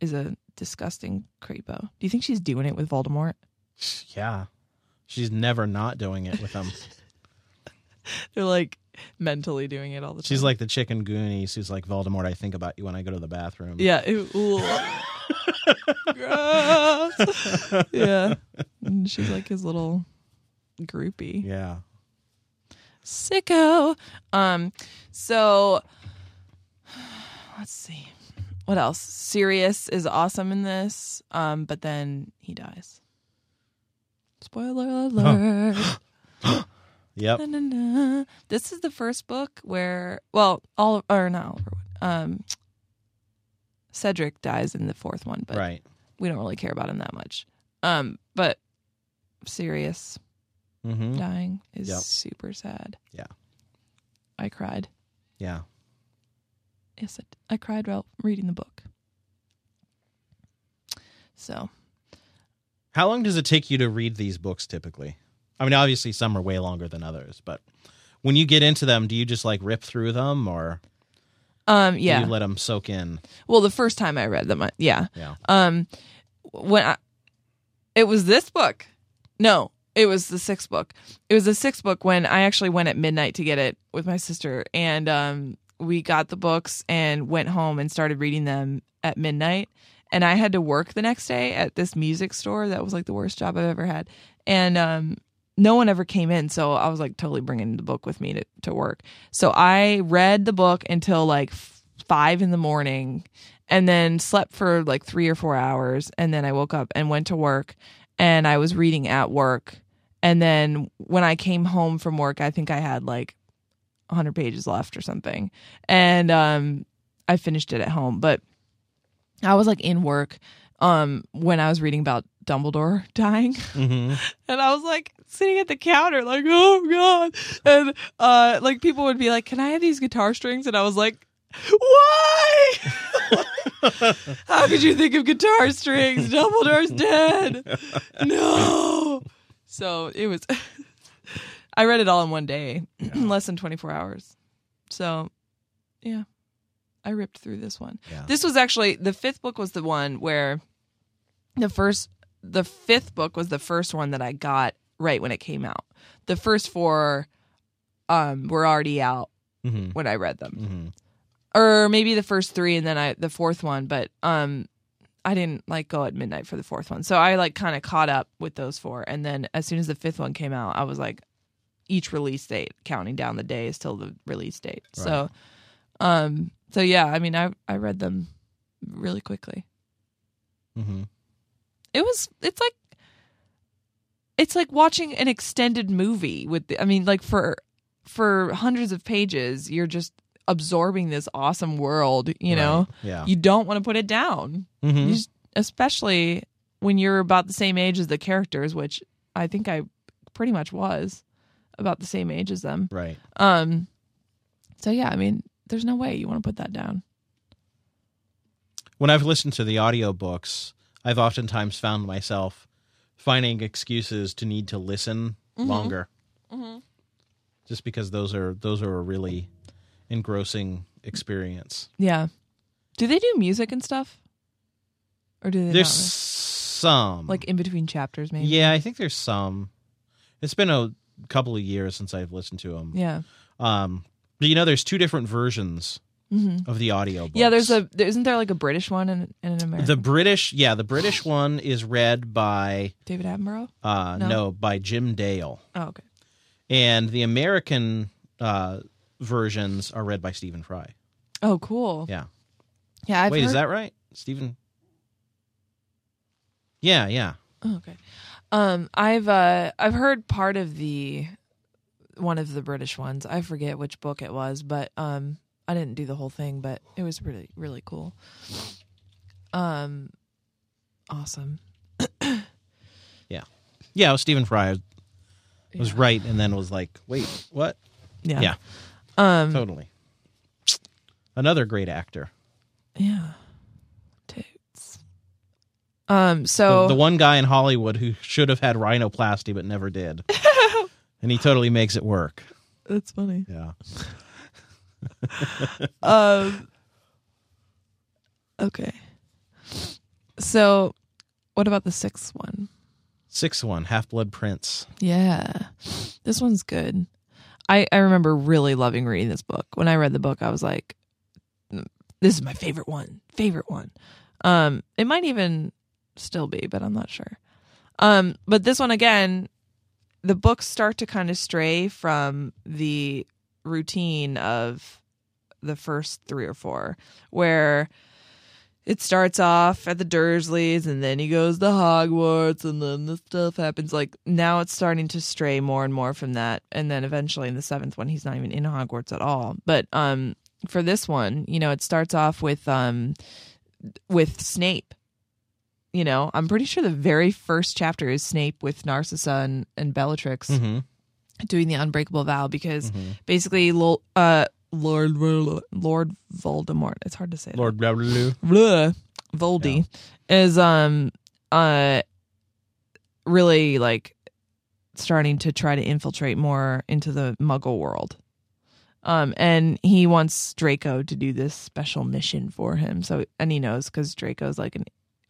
[SPEAKER 1] is a disgusting creepo. Do you think she's doing it with Voldemort?
[SPEAKER 2] Yeah. She's never not doing it with them.
[SPEAKER 1] (laughs) They're like mentally doing it all the time.
[SPEAKER 2] She's like the chicken Goonies who's like, Voldemort, I think about you when I go to the bathroom.
[SPEAKER 1] Yeah. ew, (laughs) ooh. Gross.
[SPEAKER 2] (laughs)
[SPEAKER 1] yeah. And she's like his little groupie.
[SPEAKER 2] yeah.
[SPEAKER 1] Sicko. Um, so (sighs) let's see. What else? Sirius is awesome in this, um, but then he dies. Spoiler alert.
[SPEAKER 2] Yep.
[SPEAKER 1] Na, na, na. This is the first book where, well, all or not Oliver Wood. Um, Cedric dies in the fourth one, but
[SPEAKER 2] right.
[SPEAKER 1] we don't really care about him that much. Um, but Sirius
[SPEAKER 2] hmm
[SPEAKER 1] dying is
[SPEAKER 2] Yep.
[SPEAKER 1] super sad.
[SPEAKER 2] Yeah.
[SPEAKER 1] I cried.
[SPEAKER 2] Yeah.
[SPEAKER 1] Yes, I, I cried while reading the book. So
[SPEAKER 2] How long does it take you to read these books typically? I mean, obviously some are way longer than others, but when you get into them, do you just like rip through them or
[SPEAKER 1] um
[SPEAKER 2] do
[SPEAKER 1] yeah.
[SPEAKER 2] you let them soak in?
[SPEAKER 1] well, the first time I read them, I, yeah.
[SPEAKER 2] Yeah.
[SPEAKER 1] Um when I it was this book. No, it was the sixth book. It was the sixth book when I actually went at midnight to get it with my sister and um we got the books and went home and started reading them at midnight and I had to work the next day at this music store that was like the worst job I've ever had. And um no one ever came in, so I was like totally bringing the book with me to, to work. So I read the book until like f- five in the morning and then slept for like three or four hours. And then I woke up and went to work and I was reading at work. And then when I came home from work, I think I had like 100 pages left or something. And um, I finished it at home. But I was like in work um, when I was reading about Dumbledore (laughs) dying.
[SPEAKER 2] (laughs) hmm
[SPEAKER 1] And I was like sitting at the counter, like, oh God. And uh, like people would be like, can I have these guitar strings? And I was like, why? How could you think of guitar strings? Dumbledore's dead. No. So it was, (laughs) I read it all in one day, (clears throat) less than 24 hours. So yeah, I ripped through this one.
[SPEAKER 2] Yeah.
[SPEAKER 1] This was actually, the fifth book was the one where the first the fifth book was the first one that I got right when it came out. The first four um were already out
[SPEAKER 2] hmm
[SPEAKER 1] when I read them.
[SPEAKER 2] hmm
[SPEAKER 1] Or maybe the first three and then I the fourth one, but um I didn't like go at midnight for the fourth one. So I like kind of caught up with those four and then as soon as the fifth one came out, I was like each release date counting down the days till the release date. So um so yeah, I mean I I read them really quickly.
[SPEAKER 2] hmm
[SPEAKER 1] it was it's like it's like watching an extended movie with the, i mean like for for hundreds of pages you're just absorbing this awesome world you know
[SPEAKER 2] Yeah.
[SPEAKER 1] you don't want to put it down
[SPEAKER 2] hmm
[SPEAKER 1] you just, especially when you're about the same age as the characters which i think i pretty much was about the same age as them
[SPEAKER 2] Right.
[SPEAKER 1] um so yeah i mean there's no way you want to put that down
[SPEAKER 2] When I've listened to the audiobooks, I've oftentimes found myself finding excuses to need to listen
[SPEAKER 1] Mhm.
[SPEAKER 2] longer.
[SPEAKER 1] mm-hmm.
[SPEAKER 2] just because those are those are a really engrossing experience.
[SPEAKER 1] yeah do they do music and stuff or do they not
[SPEAKER 2] There's
[SPEAKER 1] really?
[SPEAKER 2] some
[SPEAKER 1] like in between chapters maybe
[SPEAKER 2] yeah, I think there's some. It's been a couple of years since I've listened to them.
[SPEAKER 1] yeah
[SPEAKER 2] Um, but you know, there's two different versions
[SPEAKER 1] hmm
[SPEAKER 2] of the audio.
[SPEAKER 1] yeah there's a there, isn't there like a british one and, and an american
[SPEAKER 2] the British. Yeah,
[SPEAKER 1] (sighs)
[SPEAKER 2] the British one is read by
[SPEAKER 1] david attenborough
[SPEAKER 2] uh,
[SPEAKER 1] No.
[SPEAKER 2] no by Jim Dale,
[SPEAKER 1] oh okay
[SPEAKER 2] and the American uh, versions are read by Stephen Fry.
[SPEAKER 1] oh cool
[SPEAKER 2] Yeah.
[SPEAKER 1] yeah I've
[SPEAKER 2] Wait, is
[SPEAKER 1] heard-
[SPEAKER 2] that right, Stephen? Yeah, yeah.
[SPEAKER 1] oh, okay um i've uh i've heard part of the one of the british ones i forget which book it was but um i didn't do the whole thing but it was really really cool um awesome
[SPEAKER 2] Yeah, it was Stephen Fry was
[SPEAKER 1] yeah,
[SPEAKER 2] right, and then was like, "Wait, what?"
[SPEAKER 1] yeah.
[SPEAKER 2] yeah.
[SPEAKER 1] um
[SPEAKER 2] Totally. Another great actor.
[SPEAKER 1] yeah Toots. um
[SPEAKER 2] The-
[SPEAKER 1] so
[SPEAKER 2] The, one guy in Hollywood who should have had rhinoplasty but never
[SPEAKER 1] (laughs)
[SPEAKER 2] did, and he totally makes it work.
[SPEAKER 1] that's funny
[SPEAKER 2] Yeah.
[SPEAKER 1] um, okay. So, what about the sixth one?
[SPEAKER 2] Sixth one, Half Blood Prince.
[SPEAKER 1] Yeah, this one's good. I I remember really loving reading this book. When I read the book, I was like, "Mm, "This is my favorite one. Favorite one." Um, it might even still be, but I'm not sure. Um, but this one again, the books start to kind of stray from the routine of the first three or four, where it starts off at the Dursleys and then he goes to Hogwarts and then the stuff happens. Like now it's starting to stray more and more from that. And then eventually in the seventh one, he's not even in Hogwarts at all. But um, for this one, you know, it starts off with um, with Snape. You know, I'm pretty sure the very first chapter is Snape with Narcissa and, and Bellatrix
[SPEAKER 2] Mm-hmm.
[SPEAKER 1] doing the unbreakable vow because
[SPEAKER 2] Mhm.
[SPEAKER 1] basically Lol- uh, Lord Lord Voldemort. It's hard to say. that.
[SPEAKER 2] Lord Blablabla.
[SPEAKER 1] Blah, Voldy is um uh really like starting to try to infiltrate more into the muggle world. Um and he wants Draco to do this special mission for him. So and he knows cuz Draco's like a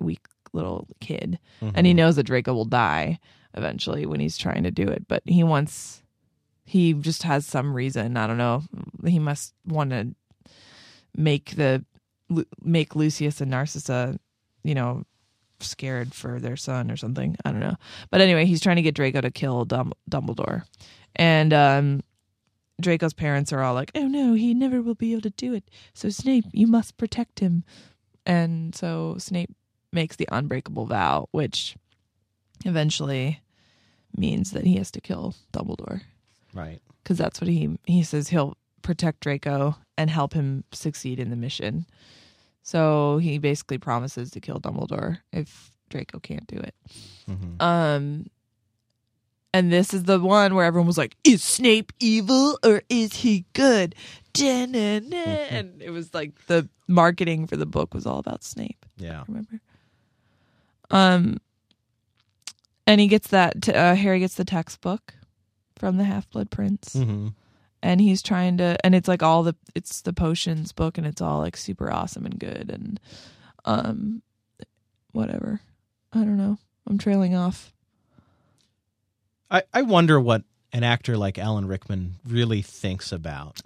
[SPEAKER 1] weak little kid and he knows that Draco will die eventually when he's trying to do it, but he wants he just has some reason, I don't know. He must want to make the Lu- make Lucius and Narcissa, you know, scared for their son or something. I don't know. But anyway, he's trying to get Draco to kill Dum- Dumbledore. And um Draco's parents are all like, "Oh no, he never will be able to do it. So Snape, you must protect him." And so Snape makes the unbreakable vow, which eventually means that he has to kill Dumbledore
[SPEAKER 2] Right.
[SPEAKER 1] because that's what he he says he'll protect Draco and help him succeed in the mission. So he basically promises to kill Dumbledore if Draco can't do it.
[SPEAKER 2] hmm
[SPEAKER 1] Um and this is the one where everyone was like, "Is Snape evil or is he good?" Da-na-na. And it was like the marketing for the book was all about Snape
[SPEAKER 2] Yeah.
[SPEAKER 1] remember. Um, and he gets that. T- uh, Harry gets the textbook from the Half Blood Prince,
[SPEAKER 2] hmm
[SPEAKER 1] and he's trying to. And it's like all the it's the potions book, and it's all like super awesome and good, and um, whatever. I don't know. I'm trailing off.
[SPEAKER 2] I, I wonder what an actor like Alan Rickman really thinks about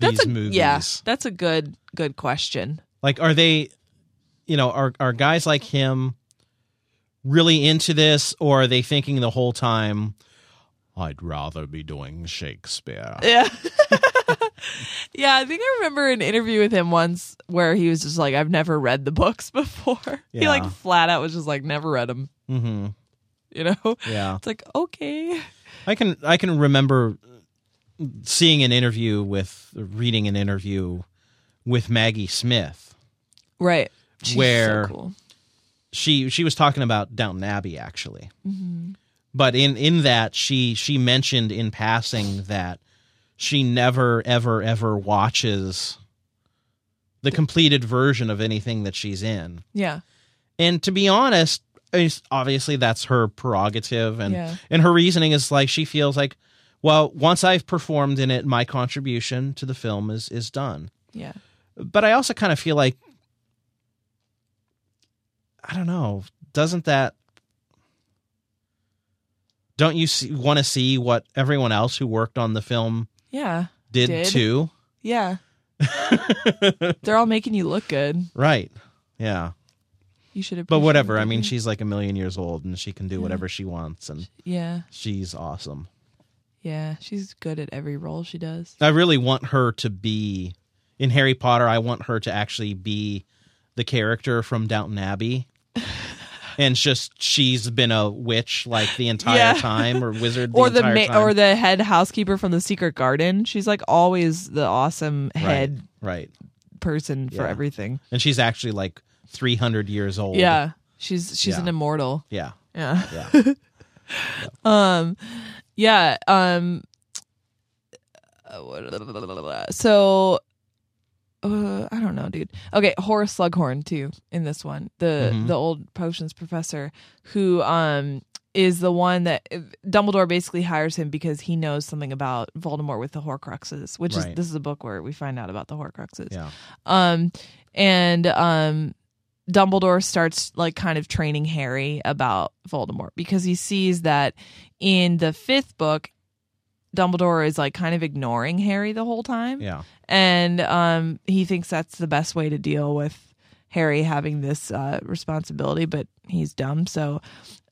[SPEAKER 2] these
[SPEAKER 1] a,
[SPEAKER 2] movies.
[SPEAKER 1] Yeah, that's a good good question.
[SPEAKER 2] Like, are they, you know, are are guys like him really into this, or are they thinking the whole time, "I'd rather be doing Shakespeare"?
[SPEAKER 1] Yeah. (laughs) Yeah, I think I remember an interview with him once where he was just like, I've never read the books (laughs) before. He
[SPEAKER 2] Yeah.
[SPEAKER 1] like flat out was just like, never read them.
[SPEAKER 2] Mm-hmm.
[SPEAKER 1] you know (laughs)
[SPEAKER 2] Yeah,
[SPEAKER 1] it's like okay
[SPEAKER 2] I can I can remember seeing an interview with reading an interview with Maggie Smith.
[SPEAKER 1] right
[SPEAKER 2] Where-
[SPEAKER 1] so cool.
[SPEAKER 2] She she was talking about Downton Abbey actually. but in in that she she mentioned in passing that she never ever ever watches the completed version of anything that she's in
[SPEAKER 1] yeah
[SPEAKER 2] and to be honest it's- obviously that's her prerogative and
[SPEAKER 1] Yeah.
[SPEAKER 2] and her reasoning is like she feels like well once i've performed in it my contribution to the film is is done
[SPEAKER 1] yeah
[SPEAKER 2] but i also kind of feel like i don't know doesn't that don't you see, want to see what everyone else who worked on the film
[SPEAKER 1] yeah
[SPEAKER 2] did,
[SPEAKER 1] Did.
[SPEAKER 2] too
[SPEAKER 1] yeah they're all making you look good
[SPEAKER 2] right yeah
[SPEAKER 1] you should have
[SPEAKER 2] but whatever i mean she's like a million years old and she can do whatever she wants and
[SPEAKER 1] yeah
[SPEAKER 2] she's awesome
[SPEAKER 1] yeah she's good at every role she does
[SPEAKER 2] i really want her to be in harry potter i want her to actually be the character from downton
[SPEAKER 1] (laughs)
[SPEAKER 2] abbey and just she's been a witch like the entire
[SPEAKER 1] Yeah.
[SPEAKER 2] time or
[SPEAKER 1] (laughs)
[SPEAKER 2] wizard the
[SPEAKER 1] or the
[SPEAKER 2] entire
[SPEAKER 1] ma-
[SPEAKER 2] time.
[SPEAKER 1] or the head housekeeper from the secret garden she's like always the awesome head
[SPEAKER 2] right
[SPEAKER 1] person for
[SPEAKER 2] Yeah.
[SPEAKER 1] everything
[SPEAKER 2] and she's actually like 300 years old
[SPEAKER 1] yeah she's she's
[SPEAKER 2] Yeah.
[SPEAKER 1] an immortal
[SPEAKER 2] yeah
[SPEAKER 1] yeah
[SPEAKER 2] yeah
[SPEAKER 1] (laughs) um yeah um so uh, i don't know dude okay horace slughorn too in this one the
[SPEAKER 2] Mhm.
[SPEAKER 1] the old potions professor who um is the one that Dumbledore basically hires him because he knows something about Voldemort with the Horcruxes, which is
[SPEAKER 2] Right.
[SPEAKER 1] this is a book where we find out about the Horcruxes.
[SPEAKER 2] yeah
[SPEAKER 1] Um, and um, Dumbledore starts like kind of training Harry about Voldemort because he sees that in the fifth book, Dumbledore is like kind of ignoring Harry the whole time,
[SPEAKER 2] yeah
[SPEAKER 1] and um, he thinks that's the best way to deal with Harry having this uh, responsibility, but he's dumb. So,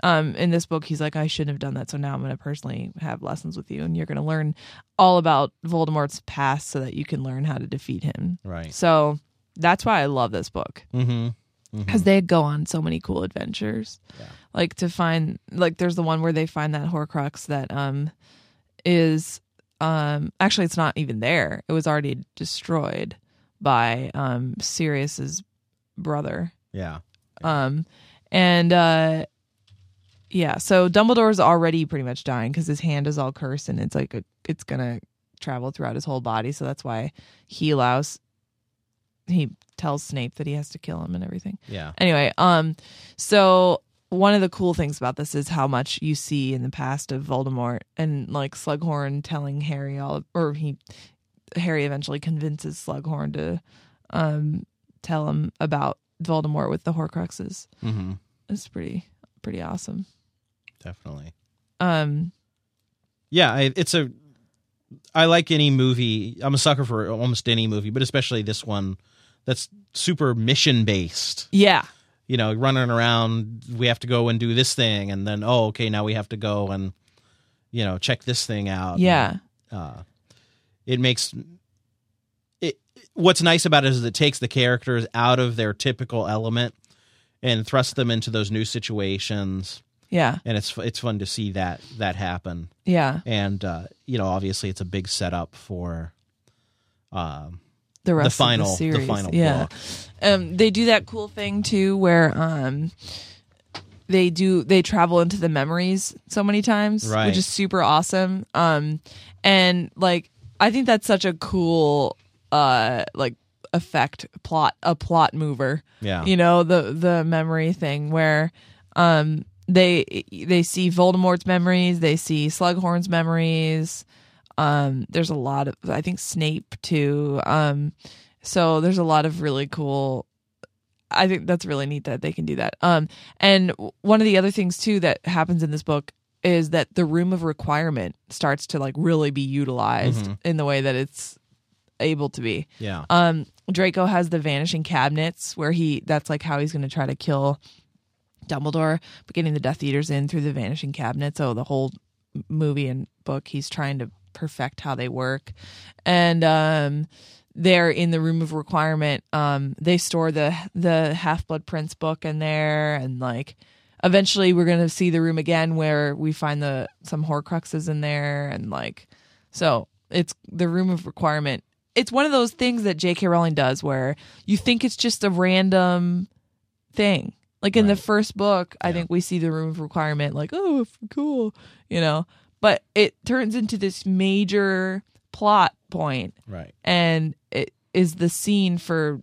[SPEAKER 1] um, in this book, he's like, I shouldn't have done that. So now I'm going to personally have lessons with you, and you're going to learn all about Voldemort's past so that you can learn how to defeat him.
[SPEAKER 2] right
[SPEAKER 1] So that's why I love this book
[SPEAKER 2] mm-hmm
[SPEAKER 1] because they go on so many cool adventures.
[SPEAKER 2] Yeah.
[SPEAKER 1] Like to find like there's the one where they find that Horcrux that um is um actually it's not even there. It was already destroyed by um Sirius's brother.
[SPEAKER 2] yeah
[SPEAKER 1] Um, and uh, yeah, so Dumbledore's already pretty much dying because his hand is all cursed, and it's like a, it's gonna travel throughout his whole body. So that's why he allows. He tells Snape that he has to kill him and everything.
[SPEAKER 2] yeah
[SPEAKER 1] Anyway, um, so one of the cool things about this is how much you see in the past of Voldemort and like Slughorn telling Harry all, or he, Harry eventually convinces Slughorn to, um, tell him about Voldemort with the Horcruxes.
[SPEAKER 2] mm-hmm
[SPEAKER 1] It's pretty, pretty awesome.
[SPEAKER 2] definitely
[SPEAKER 1] Um,
[SPEAKER 2] yeah I, it's a i like any movie i'm a sucker for almost any movie but especially this one that's super mission based
[SPEAKER 1] yeah,
[SPEAKER 2] you know running around we have to go and do this thing and then oh okay now we have to go and you know check this thing out
[SPEAKER 1] yeah,
[SPEAKER 2] uh, it makes it what's nice about it is it takes the characters out of their typical element and thrusts them into those new situations
[SPEAKER 1] Yeah.
[SPEAKER 2] and it's it's fun to see that that happen.
[SPEAKER 1] Yeah.
[SPEAKER 2] And uh, you know, obviously, it's a big setup for um,
[SPEAKER 1] The rest
[SPEAKER 2] the final
[SPEAKER 1] of the
[SPEAKER 2] the,
[SPEAKER 1] series.
[SPEAKER 2] final
[SPEAKER 1] yeah.
[SPEAKER 2] book.
[SPEAKER 1] um, they do that cool thing too where um, they do they travel into the memories so many times
[SPEAKER 2] Right.
[SPEAKER 1] which is super awesome um, and like i think that's such a cool uh, like effect plot a plot mover
[SPEAKER 2] Yeah.
[SPEAKER 1] you know the the memory thing where um, they they see voldemort's memories they see slughorn's memories um, there's a lot of i think snape too um, so there's a lot of really cool. I think that's really neat that they can do that. Um, and w- one of the other things too that happens in this book is that the room of requirement starts to like really be utilized
[SPEAKER 2] Mhm.
[SPEAKER 1] in the way that it's able to be.
[SPEAKER 2] Yeah.
[SPEAKER 1] Um, Draco has the vanishing cabinets where he that's like how he's going to try to kill Dumbledore, but getting the Death Eaters in through the vanishing cabinets. So the whole m- movie and book, he's trying to perfect how they work, and um, they're in the room of requirement. Um, they store the the Half Blood Prince book in there, and like. Eventually, we're gonna see the room again where we find the some Horcruxes in there, and like, so it's the room of requirement it's one of those things that J.K. Rowling does where you think it's just a random thing. Like in the
[SPEAKER 2] Right.
[SPEAKER 1] first book, I
[SPEAKER 2] Yeah.
[SPEAKER 1] think we see the room of requirement, like, oh, f- cool, you know, but it turns into this major plot point
[SPEAKER 2] Right.
[SPEAKER 1] and it is the scene for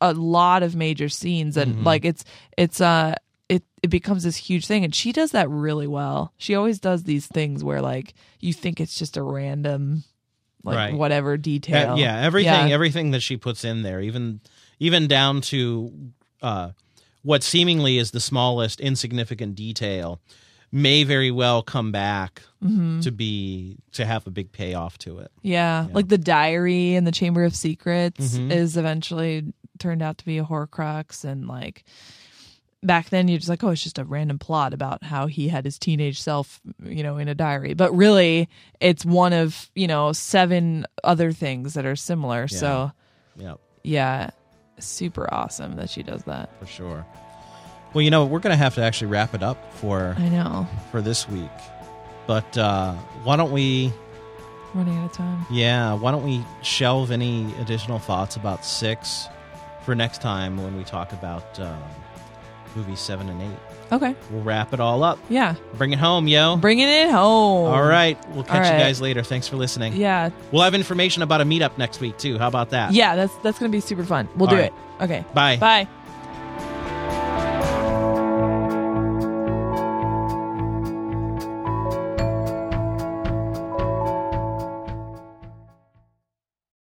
[SPEAKER 1] a lot of major scenes and
[SPEAKER 2] Mhm.
[SPEAKER 1] like it's it's uh it it becomes this huge thing and she does that really well she always does these things where like you think it's just a random like
[SPEAKER 2] Right.
[SPEAKER 1] whatever
[SPEAKER 2] Uh,
[SPEAKER 1] detail
[SPEAKER 2] yeah, everything
[SPEAKER 1] Yeah.
[SPEAKER 2] everything that she puts in there, even even down to uh, what seemingly is the smallest insignificant detail, may very well come back
[SPEAKER 1] Mm-hmm. Mm.
[SPEAKER 2] to be to have a big payoff to it.
[SPEAKER 1] yeah,
[SPEAKER 2] Yeah.
[SPEAKER 1] like the diary and the chamber of secrets
[SPEAKER 2] Mhm.
[SPEAKER 1] is eventually turned out to be a horcrux and like back then you're just like oh it's just a random plot about how he had his teenage self you know in a diary but really it's one of you know seven other things that are similar so
[SPEAKER 2] Yeah,
[SPEAKER 1] yeah super awesome that she does that
[SPEAKER 2] for sure. Well, you know, we're going to have to actually wrap it up
[SPEAKER 1] (laughs)
[SPEAKER 2] for
[SPEAKER 1] i know
[SPEAKER 2] for this week. But uh, why don't we?
[SPEAKER 1] running out of time
[SPEAKER 2] Yeah, why don't we shelve any additional thoughts about six for next time when we talk about um, movies seven and eight.
[SPEAKER 1] okay
[SPEAKER 2] We'll wrap it all up.
[SPEAKER 1] yeah
[SPEAKER 2] Bring it home, yo.
[SPEAKER 1] bringing it home
[SPEAKER 2] All right. We'll catch
[SPEAKER 1] right.
[SPEAKER 2] you guys later. Thanks for listening.
[SPEAKER 1] yeah
[SPEAKER 2] We'll have information about a meetup next week, too. How about that?
[SPEAKER 1] yeah that's that's gonna be super fun we'll
[SPEAKER 2] All
[SPEAKER 1] do
[SPEAKER 2] right.
[SPEAKER 1] it okay
[SPEAKER 2] Bye.
[SPEAKER 1] bye